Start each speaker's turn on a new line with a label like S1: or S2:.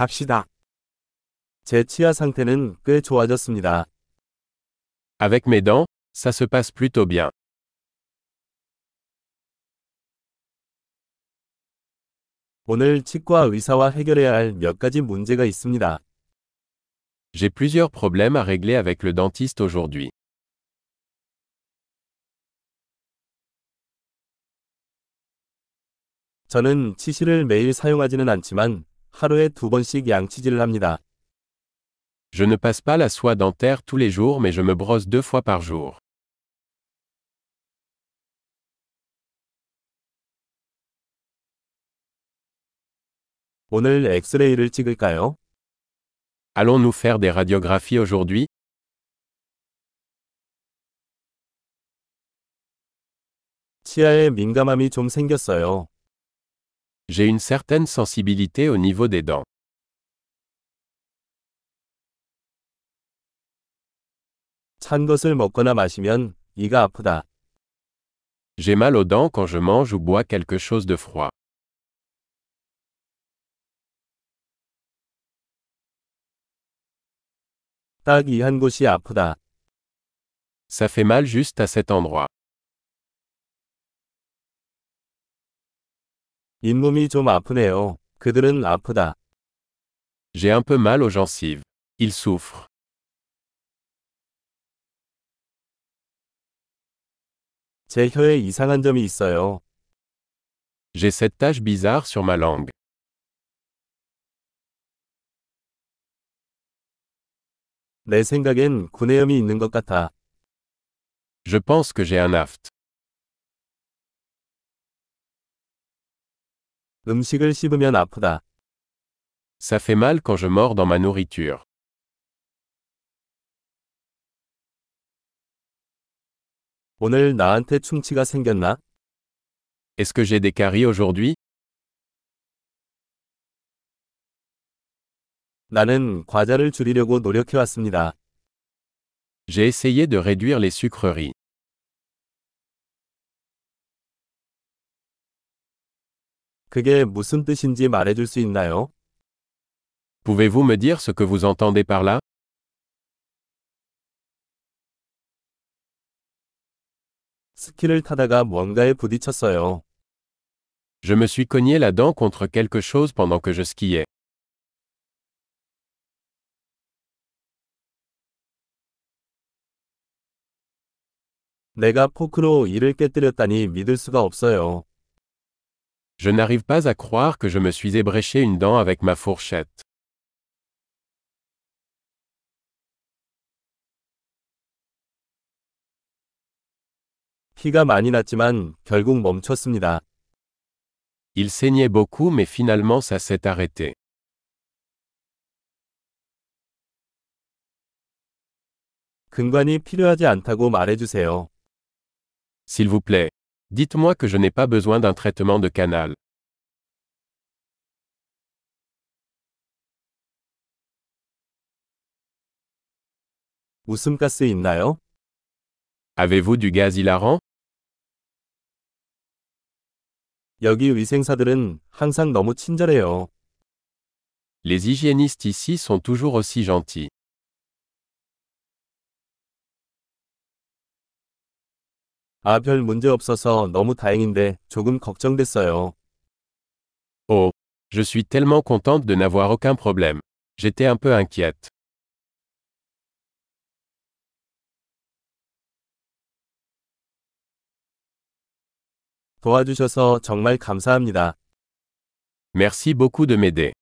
S1: 갑시다. 제 치아 상태는 꽤 좋아졌습니다.
S2: Avec mes dents, ça se passe plutôt bien.
S1: 오늘 치과 의사와 해결해야 할 몇 가지 문제가 있습니다.
S2: J'ai plusieurs problèmes à régler avec le dentiste aujourd'hui.
S1: 저는 치실을 매일 사용하지는 않지만 하루에 두 번씩 양치질을 합니다.
S2: Je ne passe pas la soie dentaire tous les jours mais je me brosse deux fois par jour.
S1: 오늘 엑스레이를 찍을까요?
S2: Allons-nous faire des radiographies aujourd'hui
S1: 치아에 민감함이 좀 생겼어요.
S2: J'ai une certaine sensibilité au niveau des dents.
S1: 찬 것을 먹거나 마시면 이가 아프다.
S2: J'ai mal aux dents quand je mange ou bois quelque chose de froid.
S1: 딱 이 한 곳이 아프다.
S2: Ça fait mal juste à cet endroit.
S1: 잇몸이 좀 아프네요. 그들은 아프다.
S2: J'ai un peu mal aux gencives. Ils souffrent.
S1: 제 혀에 이상한 점이 있어요.
S2: J'ai cette tache bizarre sur ma langue.
S1: 내 생각엔 구내염이 있는 것 같아.
S2: Je pense que j'ai un aft.
S1: 음식을 씹으면 아프다.
S2: Ça fait mal quand je mords dans ma nourriture.
S1: 오늘 나한테 충치가 생겼나?
S2: Est-ce que j'ai des caries aujourd'hui
S1: 나는 과자를 줄이려고 노력해왔습니다.
S2: J'ai essayé de réduire les sucreries.
S1: 그게 무슨 뜻인지 말해줄 수 있나요?
S2: Pouvez-vous me dire ce que vous entendez par là
S1: 스키를 타다가 뭔가에 부딪혔어요.
S2: Je me suis cogné la dent contre quelque chose pendant que je skiais.
S1: 내가 포크로 이를 깨뜨렸다니 믿을 수가 없어요.
S2: Je n'arrive pas à croire que je me suis ébréché une dent avec ma fourchette.
S1: 피가 많이 났지만 결국 멈췄습니다.
S2: Il saignait beaucoup mais finalement ça s'est arrêté.
S1: 근관이 필요하지 않다고 말해주세요.
S2: S'il vous plaît. Dites-moi que je n'ai pas besoin d'un traitement de canal.
S1: 웃음가스 있나요?
S2: Avez-vous du gaz hilarant
S1: 여기 위생사들은 항상 너무 친절해요.
S2: Les hygiénistes ici sont toujours aussi gentils.
S1: 아, 별 문제 없어서 너무 다행인데 조금 걱정됐어요.
S2: Oh. Je suis tellement contente de n'avoir aucun problème. J'étais un peu inquiète.
S1: 도와주셔서 정말 감사합니다.
S2: Merci beaucoup de m'aider.